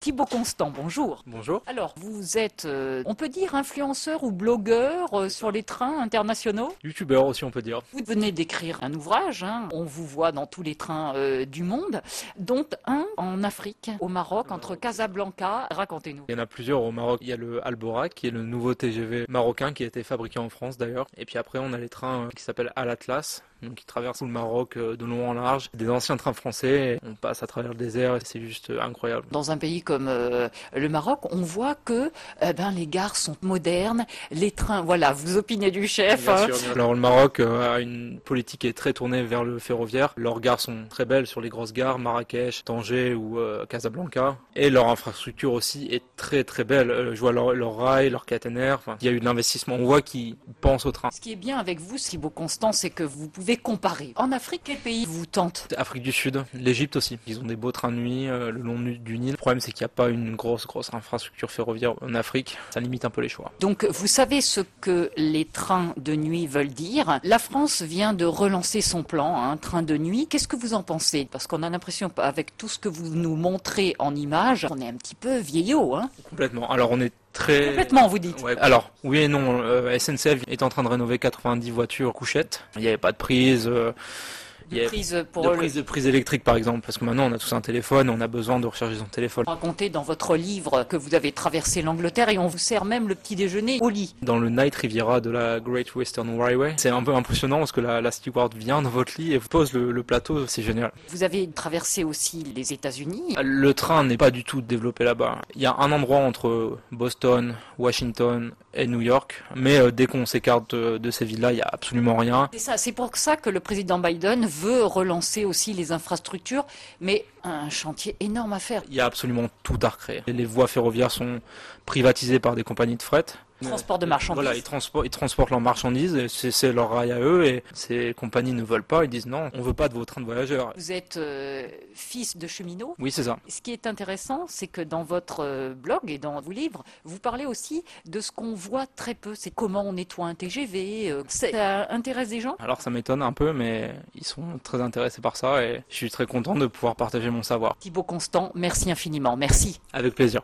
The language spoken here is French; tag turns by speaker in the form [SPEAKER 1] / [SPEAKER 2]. [SPEAKER 1] Thibaut Constant, bonjour.
[SPEAKER 2] Bonjour.
[SPEAKER 1] Alors, vous êtes, euh, on peut dire, influenceur ou blogueur euh, sur les trains internationaux
[SPEAKER 2] Youtubeur aussi, on peut dire.
[SPEAKER 1] Vous venez d'écrire un ouvrage, hein. on vous voit dans tous les trains euh, du monde, dont un en Afrique, au Maroc, entre Casablanca. Racontez-nous.
[SPEAKER 2] Il y en a plusieurs au Maroc. Il y a le Albora, qui est le nouveau TGV marocain, qui a été fabriqué en France d'ailleurs. Et puis après, on a les trains euh, qui s'appellent Al Atlas, donc qui traversent tout le Maroc euh, de long en large. Des anciens trains français, Et on passe à travers le désert et c'est juste euh, incroyable.
[SPEAKER 1] Dans un pays comme euh, le Maroc, on voit que eh ben, les gares sont modernes, les trains, voilà, vous opinez du chef. hein.
[SPEAKER 2] Alors le Maroc euh, a une politique qui est très tournée vers le ferroviaire. Leurs gares sont très belles sur les grosses gares, Marrakech, Tanger ou euh, Casablanca. Et leur infrastructure aussi est très très belle. Euh, je vois leur, leur rail, leur caténaire. Enfin, il y a eu de l'investissement. On voit qu'ils pensent au train.
[SPEAKER 1] Ce qui est bien avec vous, Thibaut Constant, c'est que vous pouvez comparer. En Afrique, quel pays vous tente
[SPEAKER 2] Afrique du Sud, l'Égypte aussi. Ils ont des beaux trains de nuit euh, le long du du Nil. Le problème c'est qu'il n'y a pas une grosse grosse infrastructure ferroviaire en Afrique. Ça limite un peu les choix.
[SPEAKER 1] Donc vous savez ce que les trains de nuit veulent dire. La France vient de relancer son plan, un train de nuit. Qu'est-ce que vous en pensez Parce qu'on a l'impression, avec tout ce que vous nous montrez en images, on est un petit peu vieillot. Hein
[SPEAKER 2] Complètement. Alors on est très
[SPEAKER 1] Complètement, vous dites.
[SPEAKER 2] Euh, Ouais. Alors, oui et non, euh, SNCF est en train de rénover 90 voitures couchettes. Il n'y avait pas de prise. euh, il y
[SPEAKER 1] De
[SPEAKER 2] avait
[SPEAKER 1] prise
[SPEAKER 2] de
[SPEAKER 1] pour le-
[SPEAKER 2] prise de prise électrique par exemple parce que maintenant on a tous un téléphone on a besoin de recharger son téléphone
[SPEAKER 1] raconter dans votre livre que vous avez traversé l'Angleterre et on vous sert même le petit déjeuner au lit.
[SPEAKER 2] dans le Night Riviera de la Great Western Railway c'est un peu impressionnant parce que la, la steward vient dans votre lit et vous pose le, le plateau c'est génial
[SPEAKER 1] Vous avez traversé aussi les États-Unis.
[SPEAKER 2] le train n'est pas du tout développé là-bas il y a un endroit entre Boston Washington et New York mais euh, dès qu'on s'écarte de, de ces villes là il y a absolument rien
[SPEAKER 1] C'est ça, c'est pour ça que le président Biden veut relancer aussi les infrastructures, mais un chantier énorme à faire.
[SPEAKER 2] Il y a absolument tout à recréer. Et Les voies ferroviaires sont privatisées par des compagnies de fret.
[SPEAKER 1] Transport de marchandises.
[SPEAKER 2] Voilà, ils, transpo- ils transportent leurs marchandises, et c'est c'est leur rail à eux, et ces compagnies ne veulent pas, ils disent non, on veut pas de vos trains de voyageurs.
[SPEAKER 1] Vous êtes euh, fils de cheminot.
[SPEAKER 2] Oui, c'est ça.
[SPEAKER 1] Ce qui est intéressant, c'est que dans votre euh, blog et dans vos livres, vous parlez aussi de ce qu'on voit très peu, c'est comment on nettoie un TGV. euh, ça intéresse des gens
[SPEAKER 2] Alors ça m'étonne un peu, mais ils sont très intéressés par ça, et je suis très content de pouvoir partager mon savoir.
[SPEAKER 1] Thibaut Constant, merci infiniment. Merci.
[SPEAKER 2] Avec plaisir.